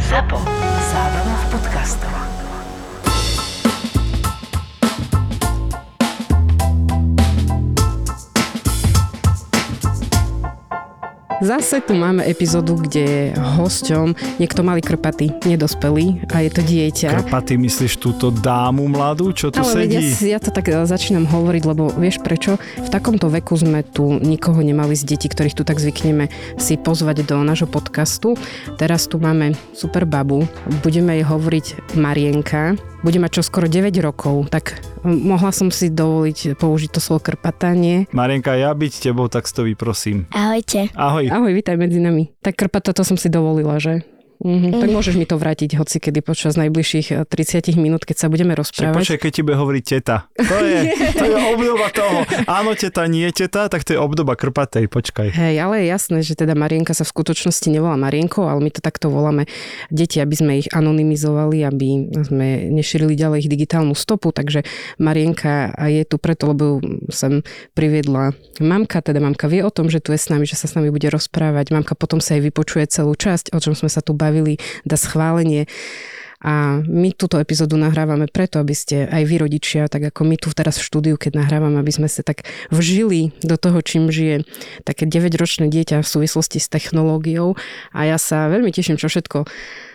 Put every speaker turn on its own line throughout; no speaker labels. Zapo. Zábrná v podcastov.
Zase tu máme epizódu, kde je hosťom niekto malý krpatý, nedospelý a je to dieťa.
Krpaty, myslíš túto dámu mladú, čo tu
Ale veď ja,
sedí?
si- ja to tak eh, začínam hovoriť, lebo vieš prečo? V takomto veku sme tu nikoho nemali z detí, ktorých tu tak zvykneme si pozvať do nášho podcastu. Teraz tu máme super babu, budeme jej hovoriť Marienka, bude mať čoskoro 9 rokov, tak hm, mohla som si dovoliť použiť to slovo krpatanie.
Marienka, ja byť tebou, tak si to vyprosím.
Ahojte.
Ahoj.
Ahoj, vítaj medzi nami. Tak krpata to som si dovolila, že? Mhm, tak môžeš mi to vrátiť hoci kedy počas najbližších eh, 30 minút, keď sa budeme
Však
rozprávať.
počkaj, keď tebe hovorí teta. To je, to je obdoba toho. Áno, teta, nie teta, tak to je obdoba krpatej, počkaj.
Hej, ale je jasné, že teda Marienka sa v skutočnosti nevolá Marienko, ale my to takto voláme deti, aby sme ich anonymizovali, aby sme nešírili ďalej ich digitálnu stopu, takže Marienka je tu preto, lebo ju sem priviedla mamka, teda mamka vie o tom, že tu je s nami, že sa s nami bude rozprávať. Mamka potom sa jej vypočuje celú časť, o čom sme sa tu bavili, dá schválenie. A my túto epizódu nahrávame preto, aby ste aj vy rodičia, tak ako my tu teraz v štúdiu, keď nahrávame, aby sme sa tak vžili do toho, čím žije také 9-ročné dieťa v súvislosti s technológiou. A ja sa veľmi teším, čo všetko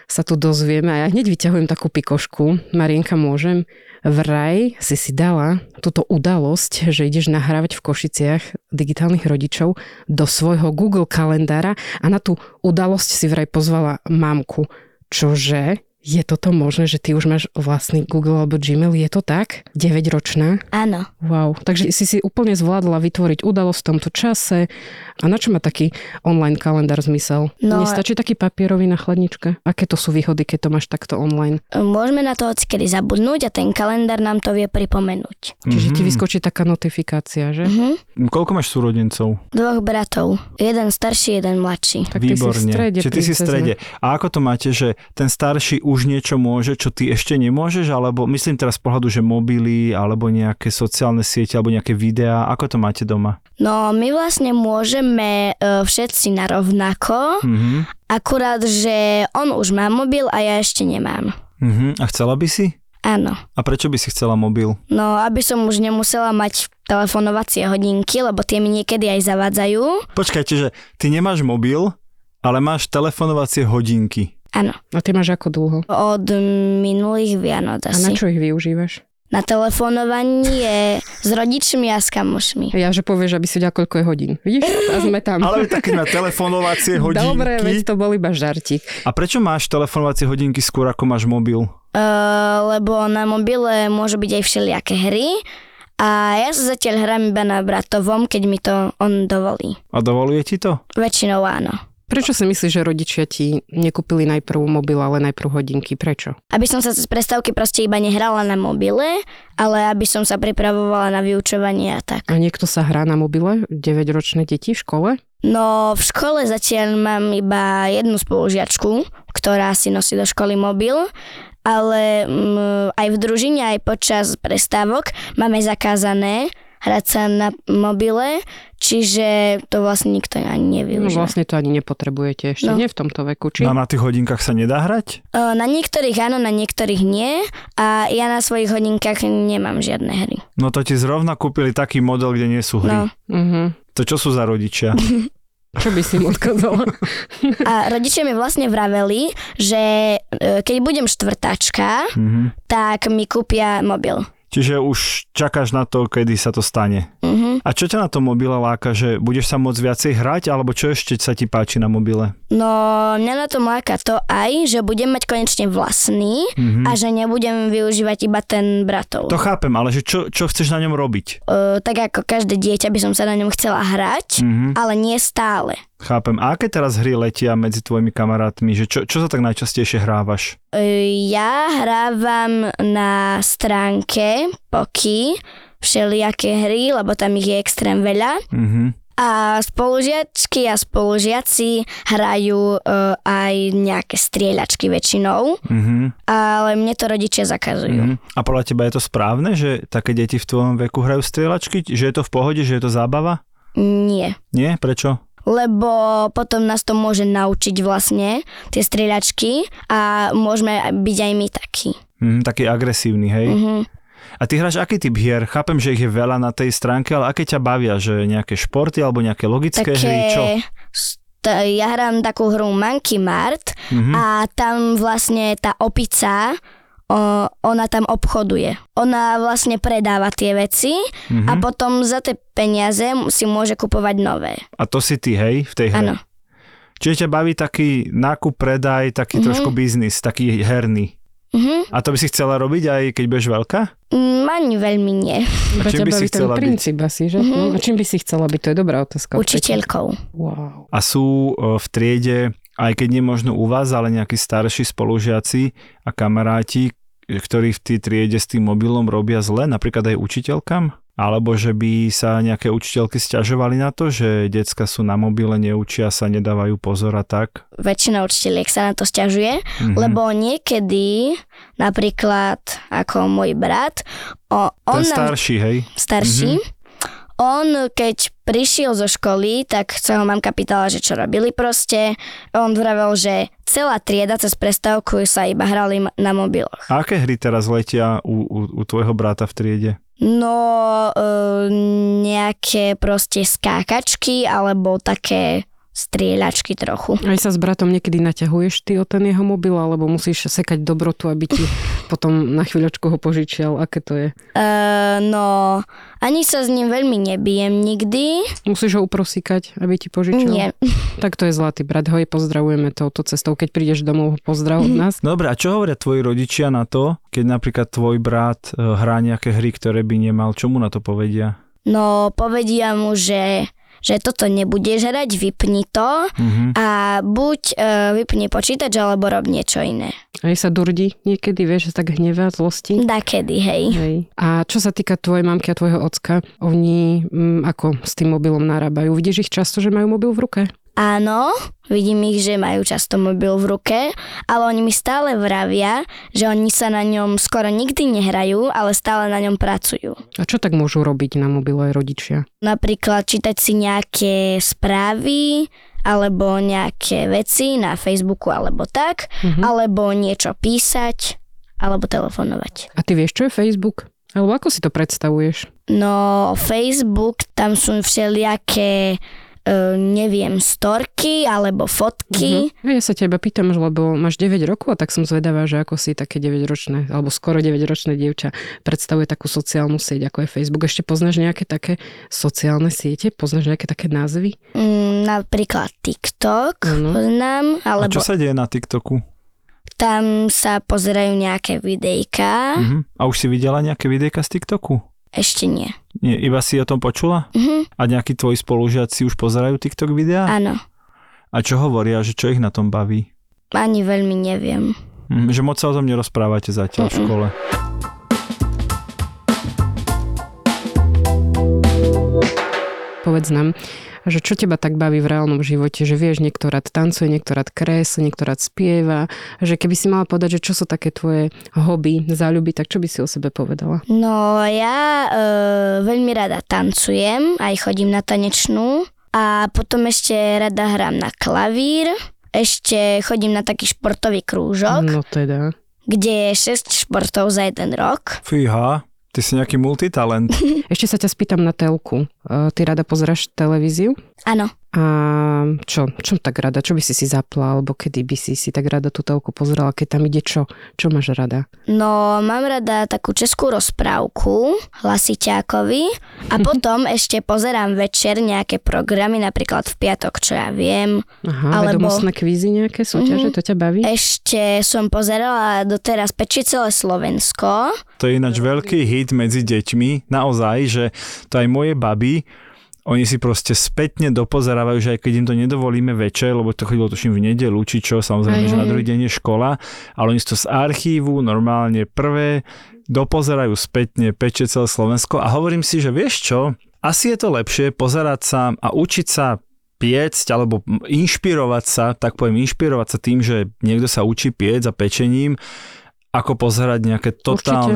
sa tu dozvieme. A ja hneď vyťahujem takú pikošku. Marienka, môžem? Vraj si si dala túto udalosť, že ideš nahrávať v Košiciach digitálnych rodičov do svojho Google kalendára a na tú udalosť si vraj pozvala mamku. Čože? Je toto možné, že ty už máš vlastný Google alebo Gmail? Je to tak? 9-ročná?
Áno.
Wow. Takže si si úplne zvládla vytvoriť udalosť v tomto čase. A na čo má taký online kalendár zmysel?
No-
Nestačí taký papierový na chladničke? Aké to sú výhody, keď to máš takto online?
Môžeme na to odskedy zabudnúť a ten kalendár nám to vie pripomenúť.
Čiže
Mhm.
ti vyskočí taká notifikácia, že?
Mhm.
Koľko máš súrodencov?
Dvoch bratov. Jeden starší, jeden mladší.
Tak ty si v strede,
Čiže ty si v
princezna.
strede. A ako to máte, že ten starší už niečo môže, čo ty ešte nemôžeš? Alebo myslím teraz z pohľadu, že mobily, alebo nejaké sociálne siete, alebo nejaké videá. Ako to máte doma?
No my vlastne môžeme e, všetci na rovnako,
Mhm.
akurát, že on už má mobil a ja ešte nemám.
Mhm. A chcela by si?
Áno.
A prečo by si chcela mobil?
No aby som už nemusela mať telefonovacie hodinky, lebo tie mi niekedy aj zavádzajú.
Počkajte, že ty nemáš mobil, ale máš telefonovacie hodinky.
Áno.
A ty máš ako dlho?
Od minulých Vianoc
A na
asi.
čo ich využívaš?
Na telefonovanie s rodičmi a s kamošmi.
Ja, že povieš, aby si vedel, koľko je hodín. Vidíš? A sme tam.
Ale tak keď má telefonovacie hodinky.
Dobre, veď to bol iba žartík.
A prečo máš telefonovacie hodinky skôr ako máš mobil?
Uh, lebo na mobile môžu byť aj všelijaké hry a ja sa zatiaľ hrám iba na bratovom, keď mi to on dovolí.
A dovoluje ti to?
Väčšinou áno.
Prečo si myslíš, že rodičia ti nekúpili najprv mobil, ale najprv hodinky? Prečo?
Aby som sa cez prestávky proste iba nehrala na mobile, ale aby som sa pripravovala na vyučovanie a tak.
A niekto sa hrá na mobile? 9-ročné deti v škole?
No v škole zatiaľ mám iba jednu spolužiačku, ktorá si nosí do školy mobil, ale mm, aj v družine, aj počas prestávok máme zakázané hrať sa na mobile, čiže to vlastne nikto ani
No
nevyužíva.
vlastne to ani nepotrebujete ešte, no.
No.
nie v tomto veku, či?
A na tých hodinkách sa nedá hrať?
E, Na niektorých áno, na niektorých nie a ja na svojich hodinkách nemám žiadne hry.
No to ti zrovna kúpili taký model, kde nie sú hry. No.
No.
Uh-huh.
To čo sú za rodičia?
Čo by si im odkázala?
A rodičia mi vlastne vraveli, že e, keď budem štvrtačka,
mhm.
tak mi kúpia mobil.
Čiže už čakáš na to, kedy sa to stane.
Mhm.
A čo ťa na tom mobile láka, že budeš sa môcť viacej hrať, alebo čo ešte sa ti páči na mobile?
No mňa na to láka to aj, že budem mať konečne vlastný
Mhm.
a že nebudem využívať iba ten bratov.
To chápem, ale že čo, čo chceš na ňom robiť?
E, tak ako každé dieťa by som sa na ňom chcela hrať,
Mhm,
ale nie stále.
chápem. A aké teraz hry letia medzi tvojimi kamarátmi? Že čo, čo sa tak najčastejšie hrávaš?
E, Ja hrávam na stránke Poky všelijaké hry, lebo tam ich je extrém veľa.
Mhm.
A spolužiačky a spolužiaci hrajú e, aj nejaké strieľačky väčšinou,
Mhm.
ale mne to rodičia zakazujú.
Mhm. A podľa teba je to správne, že také deti v tvojom veku hrajú strieľačky? Že je to v pohode, že je to zábava?
Nie.
Nie? Prečo?
lebo potom nás to môže naučiť vlastne tie strieľačky a môžeme byť aj my takí.
Mhm,
Mhm.
taký agresívny, hej?
Mm.
Mm-hmm. A ty hráš aký typ hier? Chápem, že ich je veľa na tej stránke, ale aké ťa bavia? Že nejaké športy alebo nejaké logické hry? Čo?
st- ja hrám takú hru Monkey Mart
Mhm.
a tam vlastne tá opica, o, ona tam obchoduje. Ona vlastne predáva tie veci
Mhm.
a potom za tie peniaze si môže kupovať nové.
A to si ty, hej, v tej hre?
Áno.
Čiže ťa baví taký nákup, predaj, taký mm-hmm. trošku biznis, taký herný.
Mhm.
A to by si chcela robiť aj keď budeš veľká?
Mm, Ani veľmi nie.
A
Iba
čím
ťa
by si
baví ten
chcela byť?
princíp asi, že? Mm-hmm. A čím by si chcela byť? To je dobrá otázka.
Učiteľkou.
Wow.
A sú e, v triede, aj keď nie možno u vás, ale nejakí starší spolužiaci a kamaráti, ktorí v tej triede s tým mobilom robia zle, napríklad aj učiteľkám? Alebo že by sa nejaké učiteľky stiažovali na to, že decka sú na mobile, neučia sa, nedávajú pozor a tak?
Väčšina učiteľiek sa na to sťažuje,
Mhm.
lebo niekedy, napríklad ako môj brat, o, on
Ten
nám,
starší, Mhm. hej?
starší, on keď prišiel zo školy, tak sa ho mamka pýtala, že čo robili proste. On vravel, že celá trieda cez prestávku sa iba hrali m- na mobiloch.
A aké hry teraz letia u, u, u tvojho brata v triede?
No, e, nejaké proste skákačky alebo také strieľačky trochu.
Aj sa s bratom niekedy naťahuješ ty o ten jeho mobil, alebo musíš sekať dobrotu, aby ti potom na chvíľočku ho požičial. Aké to je?
Uh, no, ani sa s ním veľmi nebijem nikdy.
Musíš ho uprosíkať, aby ti požičal?
Nie.
Tak to je zlatý brat. Hoj, pozdravujeme touto cestou. Keď prídeš domov, ho pozdrav od nás.
Dobre, a čo hovoria tvoji rodičia na to, keď napríklad tvoj brat e, hrá nejaké hry, ktoré by nemal? Čo mu na to povedia?
No, povedia mu, že, že toto nebudeš hrať, vypni to
Mhm.
a buď uh, vypni počítač, alebo rob niečo iné.
Aj sa durdí niekedy, vieš, že tak hnevá, zlosti.
Dakedy, hej.
Hej. A čo sa týka tvojej mamky a tvojho ocka, oni mm, ako s tým mobilom narábajú? Vidíš ich často, že majú mobil v ruke?
Áno, vidím ich, že majú často mobil v ruke, ale oni mi stále vravia, že oni sa na ňom skoro nikdy nehrajú, ale stále na ňom pracujú.
A čo tak môžu robiť na mobile aj rodičia?
Napríklad čítať si nejaké správy alebo nejaké veci na Facebooku alebo tak,
Mhm.
alebo niečo písať alebo telefonovať.
A ty vieš, čo je Facebook? Alebo ako si to predstavuješ?
No, Facebook, tam sú všelijaké, e, neviem, storky alebo fotky.
Mhm. Ja sa ťa iba pýtam, lebo máš 9 rokov a tak som zvedavá, že ako si také 9-ročné, alebo skoro 9-ročné dievča predstavuje takú sociálnu sieť, ako je Facebook. Ešte poznáš nejaké také sociálne siete? Poznáš nejaké také názvy?
Mhm.
Mm, napríklad TikTok
Áno.
poznám,
A
alebo
čo sa deje na TikToku?
tam sa pozerajú nejaké videjka.
Mhm. A už si videla nejaké videjka z TikToku?
Ešte nie.
Nie, iba si o tom počula?
Mhm,
A nejakí tvoji spolužiaci už pozerajú TikTok videá?
áno,
A čo hovoria, že čo ich na tom baví?
ani veľmi neviem.
Mhm. Že moc sa o tom nerozprávate zatiaľ v
Mm-mm.
škole.
Povedz nám, že čo teba tak baví v reálnom živote, že vieš, niekto rád tancuje, niekto rád kresli, niekto rád spieva, že keby si mala povedať, že čo sú také tvoje hobby, záľuby, tak čo by si o sebe povedala?
No ja e, veľmi rada tancujem, aj chodím na tanečnú a potom ešte rada hrám na klavír, ešte chodím na taký športový krúžok,
No teda.
kde je 6 športov za jeden rok.
Fíha, ty si nejaký multitalent.
Ešte sa ťa spýtam na telku. Eh, Ty rada pozeráš televíziu?
Áno,
A čo? Čo tak rada? Čo by si si zapla? Alebo kedy by si si tak rada tú telku pozerala? Keď tam ide čo? Čo máš rada?
no mám rada takú českú rozprávku Hlasiťákovi a potom ešte pozerám večer nejaké programy, napríklad v piatok, čo ja viem.
Aha, Alebo...
Alebo-
vedomostné kvízy nejaké súťaže? To ťa baví?
Ešte som pozerala doteraz Peči celé Slovensko.
To je ináč veľký hit medzi deťmi, naozaj, že to aj moje baby, oni si proste spätne dopozerávajú, že aj keď im to nedovolíme večer, lebo to chodilo tuším v nedelu, či čo, samozrejme, že na druhý deň je škola, ale oni si to z archívu normálne prvé dopozerajú spätne peče celé Slovensko a hovorím si, že vieš čo, asi je to lepšie pozerať sa a učiť sa piecť alebo inšpirovať sa, tak poviem, inšpirovať sa tým, že niekto sa učí piec a pečením ako pozerať nejaké totálne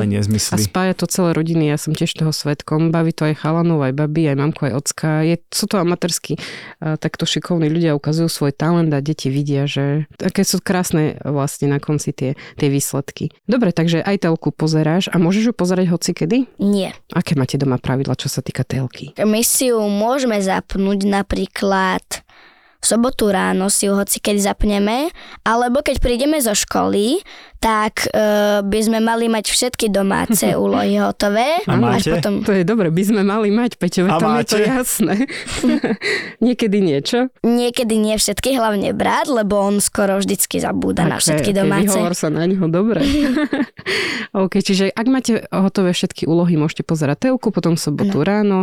Určite. A
nezmysly.
spája to celé rodiny, ja som tiež toho svetkom. Baví to aj chalanov, aj babi, aj mamku, aj ocka. Je, sú to amatérsky a takto šikovní ľudia, ukazujú svoj talent a deti vidia, že také sú krásne vlastne na konci tie, tie výsledky. Dobre, takže aj telku pozeráš a môžeš ju pozerať hoci kedy?
Nie.
Aké máte doma pravidla, čo sa týka telky?
My si ju môžeme zapnúť napríklad v sobotu ráno si ju hoci keď zapneme, alebo keď prídeme zo školy, tak e, by sme mali mať všetky domáce úlohy hotové.
A máte?
Až potom,
To je dobre, by sme mali mať, Peťo,
A
tam je to
máte?
jasné. Niekedy niečo.
niekedy nie všetky, hlavne brat, lebo on skoro vždycky zabúda na všetky domáce.
Vyhovor sa na ňo, dobre. OK, čiže ak máte hotové všetky úlohy, môžete pozerať telku, potom v sobotu no. ráno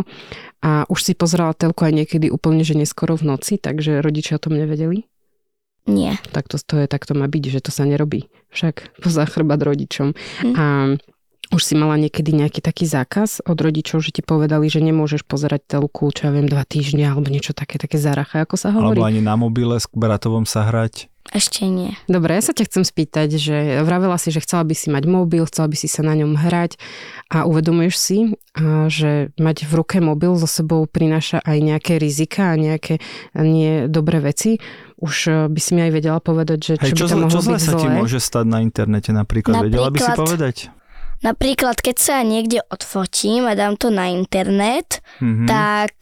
a už si pozerala telku aj niekedy úplne, že neskoro v noci, takže rodičia o tom nevedeli.
Nie.
Tak to, to je, tak to má byť, že to sa nerobí. Však poza chrbát rodičom.
Hm.
A už si mala niekedy nejaký taký zákaz od rodičov, že ti povedali, že nemôžeš pozerať telku, čo ja viem, dva týždňa alebo niečo také, také zaracha, ako sa hovorí.
Alebo ani na mobile s bratovom sa hrať.
Ešte nie.
Dobre, ja sa ťa chcem spýtať, že vravela si, že chcela by si mať mobil, chcela by si sa na ňom hrať a uvedomuješ si, a že mať v ruke mobil so sebou prináša aj nejaké rizika a nejaké nie dobré veci. Už e, by si mi aj vedela povedať, že čo,
Hej, čo,
by tam
zle-
mohlo
čo zle
byť
sa ti
zlé.
E,
môže stať na internete napríklad? Vedela by si
Napríklad-
povedať?
Napríklad, keď sa niekde odfotím a dám to na internet,
Mhm.
tak,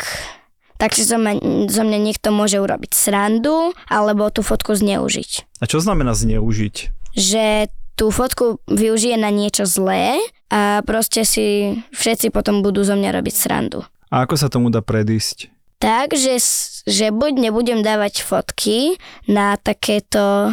tak si zo mňa, zo mňa niekto môže urobiť srandu alebo tú fotku zneužiť.
A čo znamená zneužiť?
Že tú fotku využije na niečo zlé a proste si všetci potom budú zo mňa robiť srandu.
A ako sa tomu dá predísť?
Takže s- že buď nebudem dávať fotky na takéto e,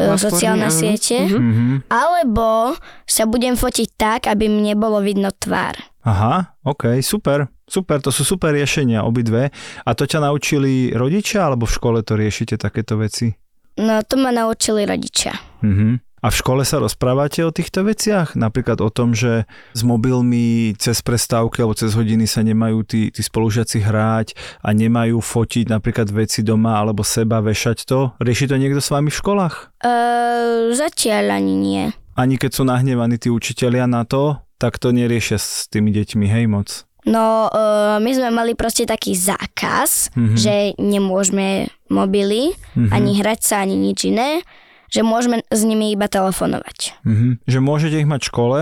Platformy,
sociálne
áno.
siete,
Mhm.
Mhm.
alebo sa budem fotiť tak, aby mne bolo vidno tvár.
Aha, OK, super. Super, to sú super riešenia obidve. A to ťa naučili rodičia, alebo v škole to riešite takéto veci?
No to ma naučili rodičia.
Mhm. A v škole sa rozprávate o týchto veciach? Napríklad o tom, že s mobilmi cez prestávky alebo cez hodiny sa nemajú tí, tí spolužiaci hráť a nemajú fotiť napríklad veci doma alebo seba, vešať to? Rieši to niekto s vami v školách?
Uh, zatiaľ ani nie.
Ani keď sú nahnevaní tí učitelia na to, tak to neriešia s tými deťmi, hej moc.
No, uh, my sme mali proste taký zákaz,
Mhm.
že nemôžeme mobily,
Mhm.
ani hrať sa, ani nič iné, že môžeme s nimi iba telefonovať.
Mhm. Že môžete ich mať v škole,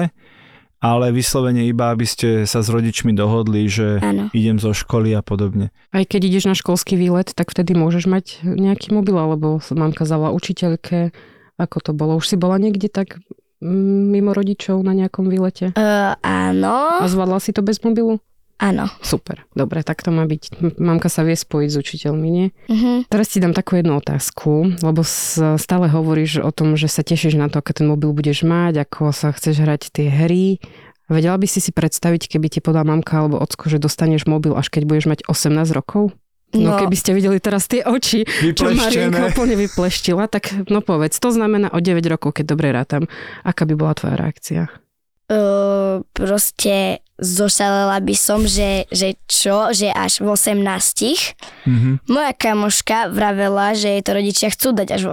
ale vyslovene iba, aby ste sa s rodičmi dohodli, že
Áno.
idem zo školy a podobne.
Aj keď ideš na školský výlet, tak vtedy môžeš mať nejaký mobil, alebo mamka zavolá učiteľke, ako to bolo. Už si bola niekde tak mm, mimo rodičov na nejakom výlete?
Uh, áno,
A zvládla si to bez mobilu?
áno.
Super, dobre, tak to má byť. M- Mamka sa vie spojiť s učiteľmi, nie?
Mhm.
Teraz ti dám takú jednu otázku, lebo s- stále hovoríš o tom, že sa tešíš na to, aké ten mobil budeš mať, ako sa chceš hrať tie hry. Vedela by si si predstaviť, keby ti podá mamka alebo ocko, že dostaneš mobil, až keď budeš mať 18 rokov? No, no keby ste videli teraz tie oči, čo Marienka úplne vypleštila, tak no povedz, to znamená o 9 rokov, keď dobre rátam. Aká by bola tvoja reakcia?
Uh, proste zošalela by som, že, že čo, že až v 18.
Mhm.
Moja kamoška vravela, že jej to rodičia chcú dať až v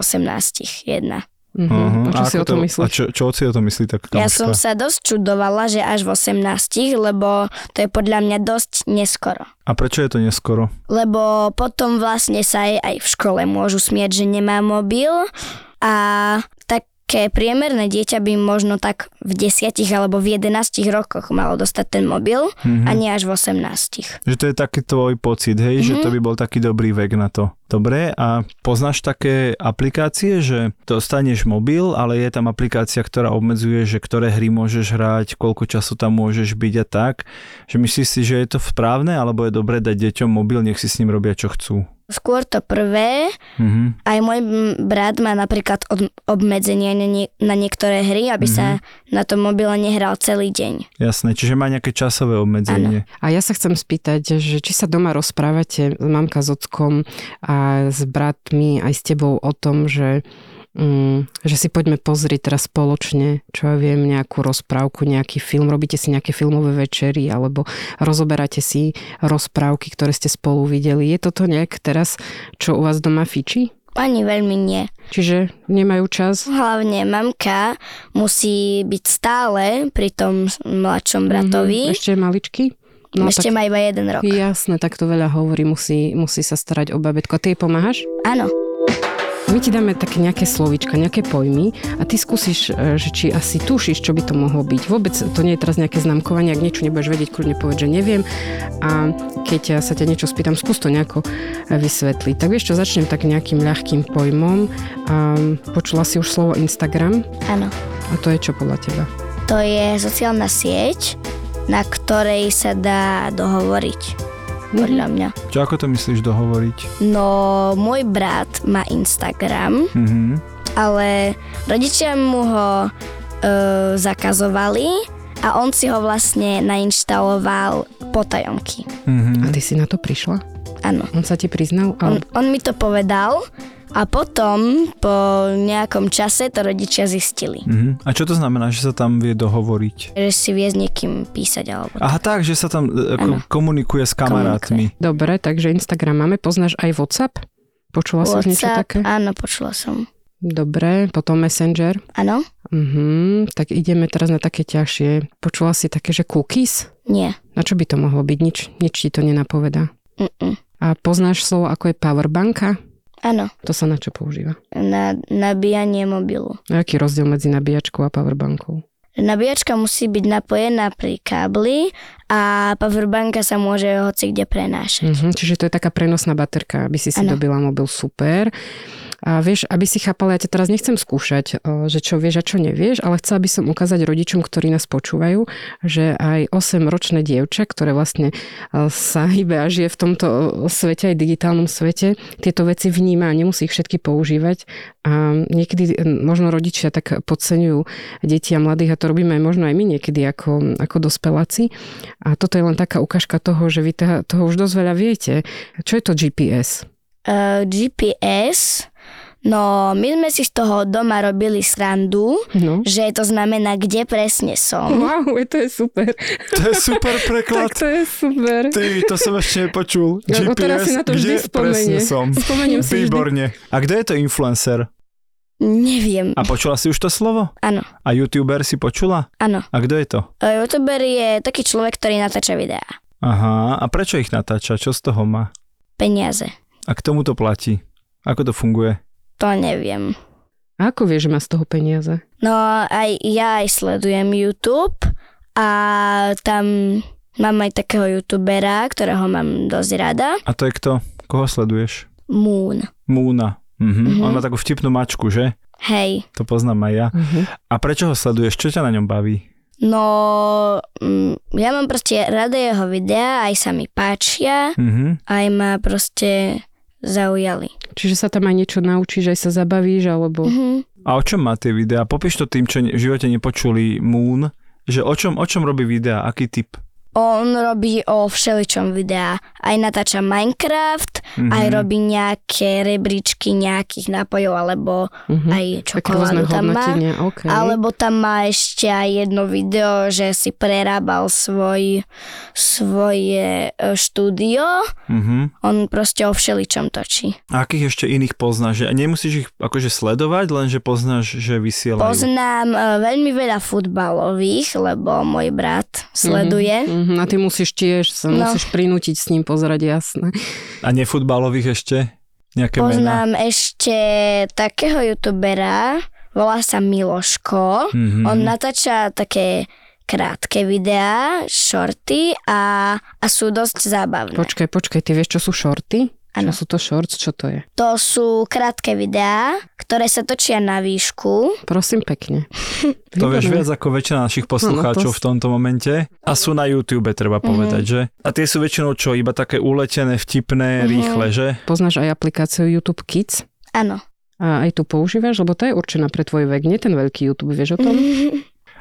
18. Jedna.
Mhm.
Aha,
A čo
a
si
ako
o tom
to,
myslíš?
A čo, čo si o tom myslí tak kamoška?
Ja som sa dosť čudovala, že až v 18, lebo to je podľa mňa dosť neskoro.
A prečo je to neskoro?
Lebo potom vlastne sa aj, aj v škole môžu smieť, že nemá mobil a také priemerné dieťa by možno tak v 10 alebo v 11 rokoch malo dostať ten mobil a
Mhm.
nie až v 18.
Že to je taký tvoj pocit, hej,
Mhm.
mm-hmm. že to by bol taký dobrý vek na to. Dobre, a poznáš také aplikácie, že dostaneš mobil, ale je tam aplikácia, ktorá obmedzuje, že ktoré hry môžeš hrať, koľko času tam môžeš byť a tak. Že myslíš si, že je to správne, alebo je dobré dať deťom mobil, nech si s ním robia, čo chcú.
Skôr to prvé,
Mhm.
aj môj m- brat má napríklad od- obmedzenia na, nie- na niektoré hry, aby sa na tom mobile nehral celý deň.
Jasné, čiže má nejaké časové obmedzenie.
A ja sa chcem spýtať, že či sa doma rozprávate, mamka s ockom a s bratmi aj s tebou o tom, že, mm, že si poďme pozrieť teraz spoločne, čo ja viem, nejakú rozprávku, nejaký film, robíte si nejaké filmové večery alebo rozoberáte si rozprávky, ktoré ste spolu videli. Je toto nejak teraz, čo u vás doma fičí?
Ani veľmi nie.
Čiže nemajú čas.
Hlavne mamka musí byť stále pri tom mladšom bratovi.
Mhm, Ešte je maličký.
No, Ešte
tak,
má iba jeden rok.
Jasné, tak to veľa hovorí, musí, musí sa starať o babetko. Ty jej pomáhaš?
Áno.
My ti dáme také nejaké slovička, nejaké pojmy a ty skúsiš, e, že či asi tušíš, čo by to mohlo byť. Vôbec to nie je teraz nejaké znamkovanie, ak niečo nebudeš vedieť, kľudne povedz, že neviem. A keď ja sa ťa niečo spýtam, skús to nejako e, vysvetliť. Tak vieš čo, začnem tak nejakým ľahkým pojmom. Um, počula si už slovo Instagram
Áno.
a to je čo podľa teba?
To je sociálna sieť, na ktorej sa dá dohovoriť. Podľa mňa.
Čo ako to myslíš dohovoriť?
No, môj brat má Instagram,
Mhm.
ale rodičia mu ho e, zakazovali a on si ho vlastne nainštaloval potajomky.
A
Mhm.
ty si na to prišla?
Áno.
On sa ti priznal?
On,
Ale...
on mi to povedal a potom po nejakom čase to rodičia zistili,
Mhm. A čo to znamená, že sa tam vie dohovoriť?
že si vie s niekým písať alebo...
Aha, tak, že sa tam e, ko- komunikuje s kamarátmi.
Dobre, takže Instagram máme. Poznáš aj WhatsApp? Počula si už niečo také?
áno, počula som.
Dobre, potom Messenger.
Áno?
Mhm, tak ideme teraz na také ťažšie. Počula si také, že cookies?
Nie.
Na čo by to mohlo byť? Nič, nič ti to nenapovedá.
Mm-mm.
A poznáš slovo, ako je powerbanka?
Áno,
To sa na čo používa?
na nabíjanie mobilu.
A aký je rozdiel medzi nabíjačkou a powerbankou?
Nabíjačka musí byť napojená pri kábli a powerbanka sa môže hoci kde prenášať.
Mhm, čiže to je taká prenosná baterka, aby si si
Áno.
dobila mobil, super. A vieš, aby si chápala, ja ťa teraz nechcem skúšať, o, že čo vieš a čo nevieš, ale chcela by som ukázať rodičom, ktorí nás počúvajú, že aj 8-ročné dievča, ktoré vlastne e, sa hýbe a žije v tomto e, svete, aj digitálnom svete, tieto veci vníma a nemusí ich všetky používať. A niekedy e, možno rodičia tak podceňujú deti a mladých a to robíme aj možno aj my niekedy ako, ako dospeláci. A toto je len taká ukážka toho, že vy ta- toho už dosť veľa viete. Čo je to GPS?
Uh, GPS, no my sme si z toho doma robili srandu,
No.
že to znamená, kde presne som.
Wow, to je super.
To je super preklad.
Tak to je super.
Ty, to som ešte nepočul.
No, teraz si na to vždy
kde presne
spomenie.
som.
Spomeniem si vždy.
Výborne. A kto je to influencer?
Neviem.
A počula si už to slovo?
Áno,
A youtuber si počula?
áno.
A kto je to?
E, YouTuber je taký človek, ktorý natáča videá.
Aha, a prečo ich natáča? Čo z toho má?
Peniaze.
A k tomu to platí? Ako to funguje?
To neviem.
A ako vieš, že má z toho peniaze?
No aj ja aj sledujem YouTube a tam mám aj takého youtubera, ktorého mám dosť rada.
A to je kto? Koho sleduješ?
Moon.
Múna. Mhm.
Mhm.
On má takú vtipnú mačku, že?
Hej.
To poznám aj ja.
Uh-huh.
A prečo ho sleduješ? Čo ťa na ňom baví?
No, mm, ja mám proste rada jeho videá, aj sa mi páčia,
Mhm.
aj ma proste zaujali.
Čiže sa tam aj niečo naučíš, aj sa zabavíš, alebo...
Mhm.
A o čom má tie videá? Popíš to tým, čo ne- v živote nepočuli Moon, že o čom, o čom robí videá, aký typ?
On robí o všeličom videá. Aj natáča Minecraft,
Mhm.
aj robí nejaké rebríčky nejakých nápojov, alebo
Uh-huh.
aj
Také rôzne
čokoládu tam má.
hodnotenia, okay.
Alebo tam má ešte aj jedno video, že si prerábal svoj, svoje e, štúdio.
Mhm.
On proste o všeličom točí.
A akých ešte iných poznáš? Že nemusíš ich akože sledovať, lenže poznáš, že vysielajú.
Poznám e, veľmi veľa futbalových, lebo môj brat sleduje.
Mhm.
Uh-huh. A ty musíš tiež, sa
No.
musíš prinútiť s ním pozerať, jasné.
A nefutbalových ešte? Nejaké mená?
Poznám ešte takého youtubera, volá sa Miloško.
Mhm.
On natáča také krátke videá, shorty a, a sú dosť zábavné.
Počkaj, počkaj, ty vieš, čo sú šorty?
Áno.
Čo sú to shorts, čo to je?
To sú krátke videá, ktoré sa točia na výšku.
Prosím pekne.
To vieš
Výborné.
viac ako väčšina našich poslucháčov
No, no to
v tomto momente. A sú na YouTube, treba povedať, že? A tie sú väčšinou čo? Iba také uletené, vtipné,
Mhm.
rýchle, že?
Poznáš aj aplikáciu YouTube Kids?
Áno.
Mhm. A aj tu používaš, lebo tá je určená pre tvoj vek, nie ten veľký YouTube, vieš o tom?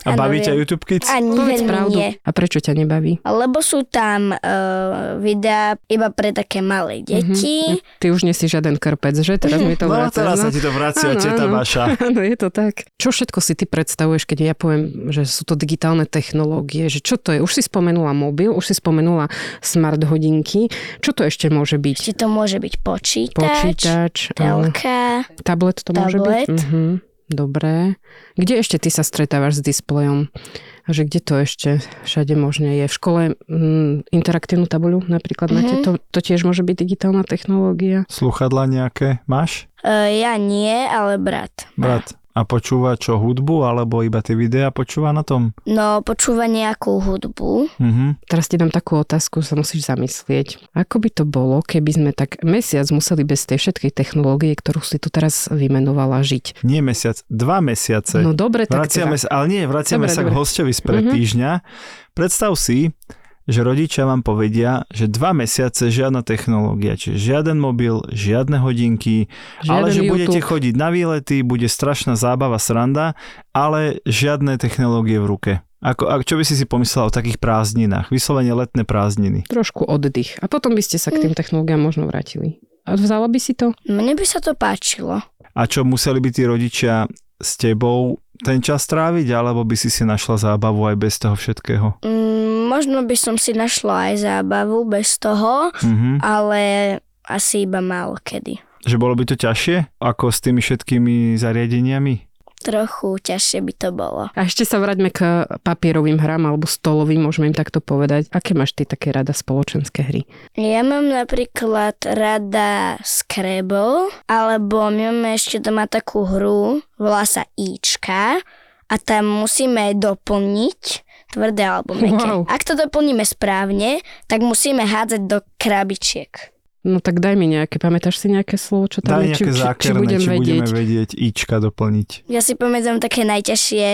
A
Áno,
baví ťa
viem.
YouTube Kids?
Ani
Povedz
veľmi
pravdu.
nie.
A prečo ťa nebaví?
Lebo sú tam uh, videá iba pre také
Mhm.
malé deti.
Hm, Ty už nie si žiaden krpec, že? Teraz mi to
No,
vracia.
teraz sa ti to vracia,
Áno,
teta
áno.
Baša.
Áno, je to tak. Čo všetko si ty predstavuješ, keď ja poviem, že sú to digitálne technológie? Že čo to je? Už si spomenula mobil, už si spomenula smart hodinky. Čo to ešte môže byť?
Ešte to môže byť počítač,
Počítač, ale
telka.
tablet to môže byť?
Tablet.
Mhm. Dobre. Kde ešte ty sa stretávaš s displejom? Že kde to ešte všade možne je? V škole mm, interaktívnu tabuľu napríklad mm-hmm. máte? To, to tiež môže byť digitálna technológia?
Sluchadla nejaké máš,
Uh, ja nie, ale brat.
brat? A počúva čo, hudbu, alebo iba tie videá počúva na tom?
No, počúva nejakú hudbu.
Mhm.
Teraz ti dám takú otázku, sa musíš zamyslieť. Ako by to bolo, keby sme tak mesiac museli bez tej všetkej technológie, ktorú si tu teraz vymenovala, žiť?
Nie mesiac, dva mesiace.
No dobre, tak
Vraciame sa, ale nie, vraciame
Dobre,
sa k
dobre.
hostovi spred
Mhm.
týždňa. Predstav si, že rodičia vám povedia, že dva mesiace žiadna technológia, čiže žiaden mobil, žiadne hodinky,
Žiaden
ale že
YouTube.
budete chodiť na výlety, bude strašná zábava, sranda, ale žiadne technológie v ruke. Ako, a čo by si si pomyslela o takých prázdninách? Vyslovene letné prázdniny.
trošku oddych. A potom by ste sa k tým technológiám možno vrátili. A vzala by si to?
Mne by sa to páčilo.
A čo museli by tí rodičia s tebou ten čas tráviť, alebo by si si našla zábavu aj bez toho všetkého?
Mm, možno by som si našla aj zábavu bez toho,
Mhm.
ale asi iba málo kedy.
Že bolo by to ťažšie ako s tými všetkými zariadeniami?
Trochu ťažšie by to bolo.
A ešte sa vráťme k papierovým hrám alebo stolovým, môžeme im takto povedať. Aké máš ty také rada spoločenské hry?
Ja mám napríklad rada Scrabble, alebo my máme ešte doma takú hru, volá sa Ička a tam musíme doplniť tvrdé alebo meké.
Wow.
Ak to doplníme správne, tak musíme hádzať do krabičiek.
No tak daj mi nejaké, pamätáš si nejaké slovo, čo tam
Daj
je? Či, či,
nejaké
či
zákerné,
budem
či
vedieť?
budeme vedieť ička doplniť.
Ja si pamätám také najťažšie,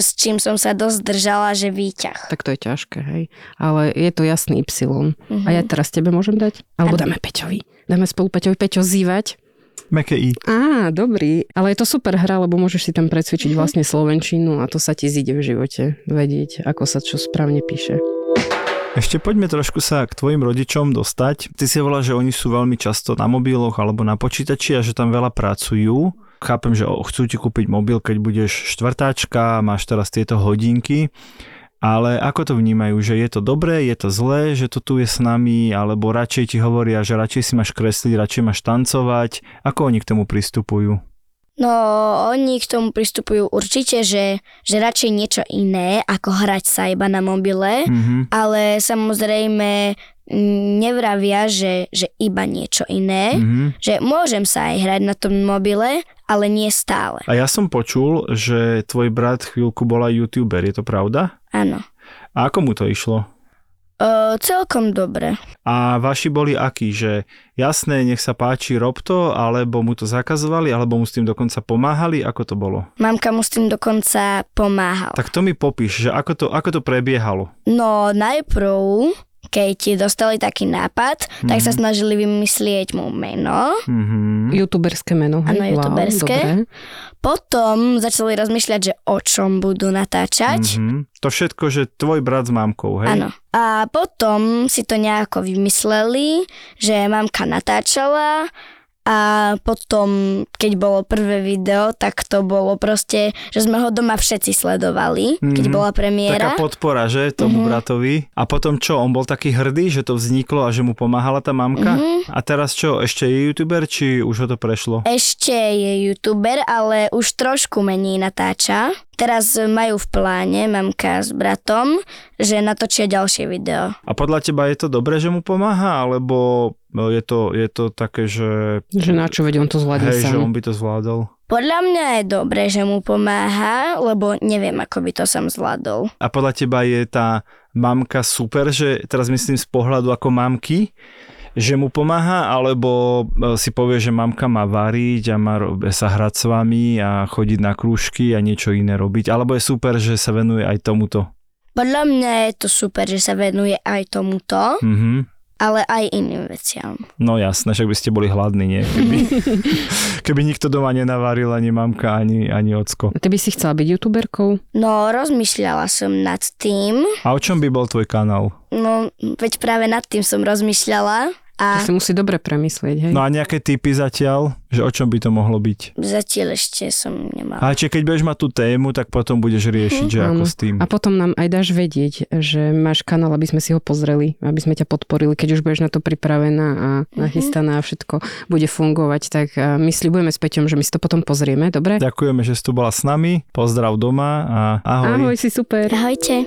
s čím som sa dosť držala, že výťah.
Tak to je ťažké, hej. Ale je to jasný Y.
Mhm.
A ja teraz tebe môžem dať? Alebo dáme Peťovi. Dáme spolu Peťovi Peťo zývať.
Meké I.
Á, dobrý. Ale je to super hra, lebo môžeš si tam precvičiť vlastne Slovenčinu a to sa ti zíde v živote. Vedieť, ako sa čo správne píše.
Ešte poďme trošku sa k tvojim rodičom dostať. Ty si hovorila, že oni sú veľmi často na mobiloch alebo na počítači a že tam veľa pracujú. Chápem, že o- chcú ti kúpiť mobil, keď budeš štvrtáčka, máš teraz tieto hodinky. Ale ako to vnímajú, že je to dobré, je to zlé, že to tu je s nami, alebo radšej ti hovoria, že radšej si máš kresliť, radšej máš tancovať. Ako oni k tomu pristupujú?
No, oni k tomu pristupujú určite, že, že radšej niečo iné, ako hrať sa iba na mobile,
Mhm.
ale samozrejme mm, nevravia, že, že iba niečo iné,
Mhm.
že môžem sa aj hrať na tom mobile, ale nie stále.
A ja som počul, že tvoj brat chvíľku bol aj youtuber, je to pravda?
Áno.
A ako mu to išlo?
O, celkom dobre.
A vaši boli akí, že jasné, nech sa páči, rob to, alebo mu to zakazovali, alebo mu s tým dokonca pomáhali, ako to bolo?
Mamka mu s tým dokonca pomáhala.
Tak to mi popíš, že ako to, ako to prebiehalo.
No najprv, keď ti dostali taký nápad, mm-hmm. tak sa snažili vymyslieť mu meno.
Mhm.
YouTuberské meno, hej?
Áno, youtuberské.
Wow, dobre.
Potom začali rozmýšľať, že o čom budú natáčať.
Mhm. To všetko, že tvoj brat s mamkou, hej?
Áno. A potom si to nejako vymysleli, že mamka natáčala a potom, keď bolo prvé video, tak to bolo proste, že sme ho doma všetci sledovali, keď
Mhm.
bola premiéra.
Taká podpora, že, tomu bratovi. A potom čo, on bol taký hrdý, že to vzniklo a že mu pomáhala tá mamka?
Mhm.
A teraz čo, ešte je youtuber, či už ho to prešlo?
Ešte je youtuber, ale už trošku menej natáča. Teraz majú v pláne mamka s bratom, že natočia ďalšie video.
A podľa teba je to dobré, že mu pomáha, alebo no, je to, je to také, že,
Že na čo, veď on to zvládne
hej,
sám.
že on by to zvládol?
Podľa mňa je dobré, že mu pomáha, lebo neviem, ako by to som zvládol.
A podľa teba je tá mamka super, že teraz myslím z pohľadu ako mamky, že mu pomáha, alebo e, si povie, že mamka má variť a má ro- sa hrať s vami a chodiť na krúžky a niečo iné robiť. Alebo je super, že sa venuje aj tomuto.
Podľa mňa je to super, že sa venuje aj tomuto,
Mhm.
ale aj iným veciam.
No jasné, však by ste boli hladní, nie? Keby, keby nikto doma nenavaril, ani mamka, ani, ani ocko.
Ty by si chcela byť youtuberkou?
No, rozmýšľala som nad tým,
A o čom by bol tvoj kanál?
no veď práve nad tým som rozmýšľala
To
a
si musí dobre premyslieť, hej?
No a nejaké typy zatiaľ, že o čom by to mohlo byť?
zatiaľ ešte som nemala.
A či keď budeš mať tú tému, tak potom budeš riešiť, že
Mhm,
ako
Áno.
s tým.
A potom nám aj dáš vedieť, že máš kanál, aby sme si ho pozreli, aby sme ťa podporili, keď už budeš na to pripravená a nachystaná a všetko bude fungovať, tak eh, my slibujeme s Peťom, že my si to potom pozrieme, dobre?
Ďakujeme, že si tu bola s nami. Pozdrav doma a ahoj.
Ahoj, si super.
Ahojte.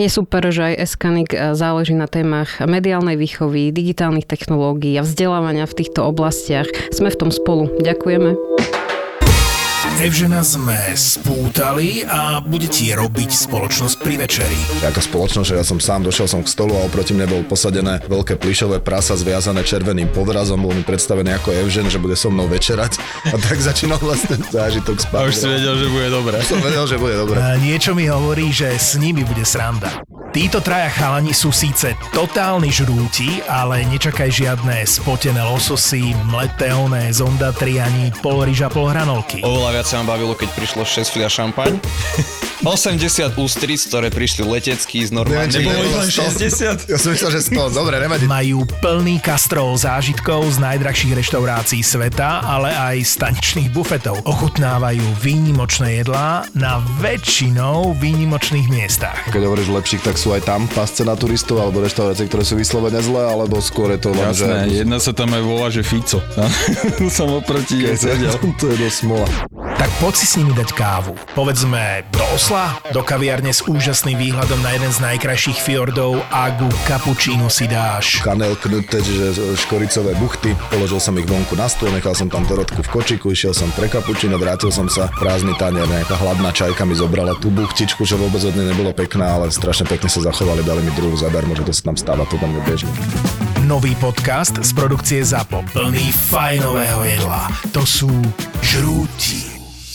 Je super, že aj Eskanik e, záleží na témach mediálnej výchovy, digitálnych technológií a vzdelávania v týchto oblastiach. Sme v tom spolu. Ďakujeme.
Evžena sme spútali a budete jej robiť spoločnosť pri večeri.
Ako spoločnosť, že ja som sám došiel som k stolu a oproti mne bol posadené veľké plišové prasa zviazané červeným podrazom, bol mi predstavený ako Evžen, že bude so mnou večerať a tak začínal vlastne zážitok spať. už si vedel, že bude dobre. Som vedel, že bude dobre.
A niečo mi hovorí, že s nimi bude sranda. Títo traja chalani sú síce totálni žrúti, ale nečakaj žiadne spotené lososy, mleté oné zondatri ani pol ryža, pol hranolky.
Oveľa viac sa ma bavilo, keď prišlo 6 fľa šampaň. 80 ústric, ktoré prišli letecky z
Neviem,
normálne.
či
Nebolo ich
bolo
len
100.
60.
Ja som myslel, že 100, dobre, nevadí.
Majú plný kastrol zážitkov z najdrahších reštaurácií sveta, ale aj z tanečných bufetov. Ochutnávajú výnimočné jedlá na väčšinou výnimočných miestach.
Keď hovoríš lepších, tak sú aj tam pasce na turistov alebo reštaurácie, ktoré sú vyslovene zlé, alebo skôr je to len, že...
Jasné, jedna sa tam aj volá, že Fico. Som oproti jej sedel.
to je dosť smola.
Tak poď si s nimi dať kávu. Povedzme do Osla, do kaviarne s úžasným výhľadom na jeden z najkrajších fjordov a ku kapučínu si dáš.
Kanel knute, čiže škoricové buchty. Položil som ich vonku na stôl, nechal som tam dorodku v kočiku, išiel som pre kapučino, vrátil som sa, prázdny tanier, nejaká hladná čajka mi zobrala tú buchtičku, čo vôbec od nej nebolo pekná, ale strašne pekne sa zachovali, dali mi druhú zadarmo, že to sa tam stáva, to tam je bežné.
Nový podcast z produkcie ZAPO. Plný fajnového jedla. To sú žrúti.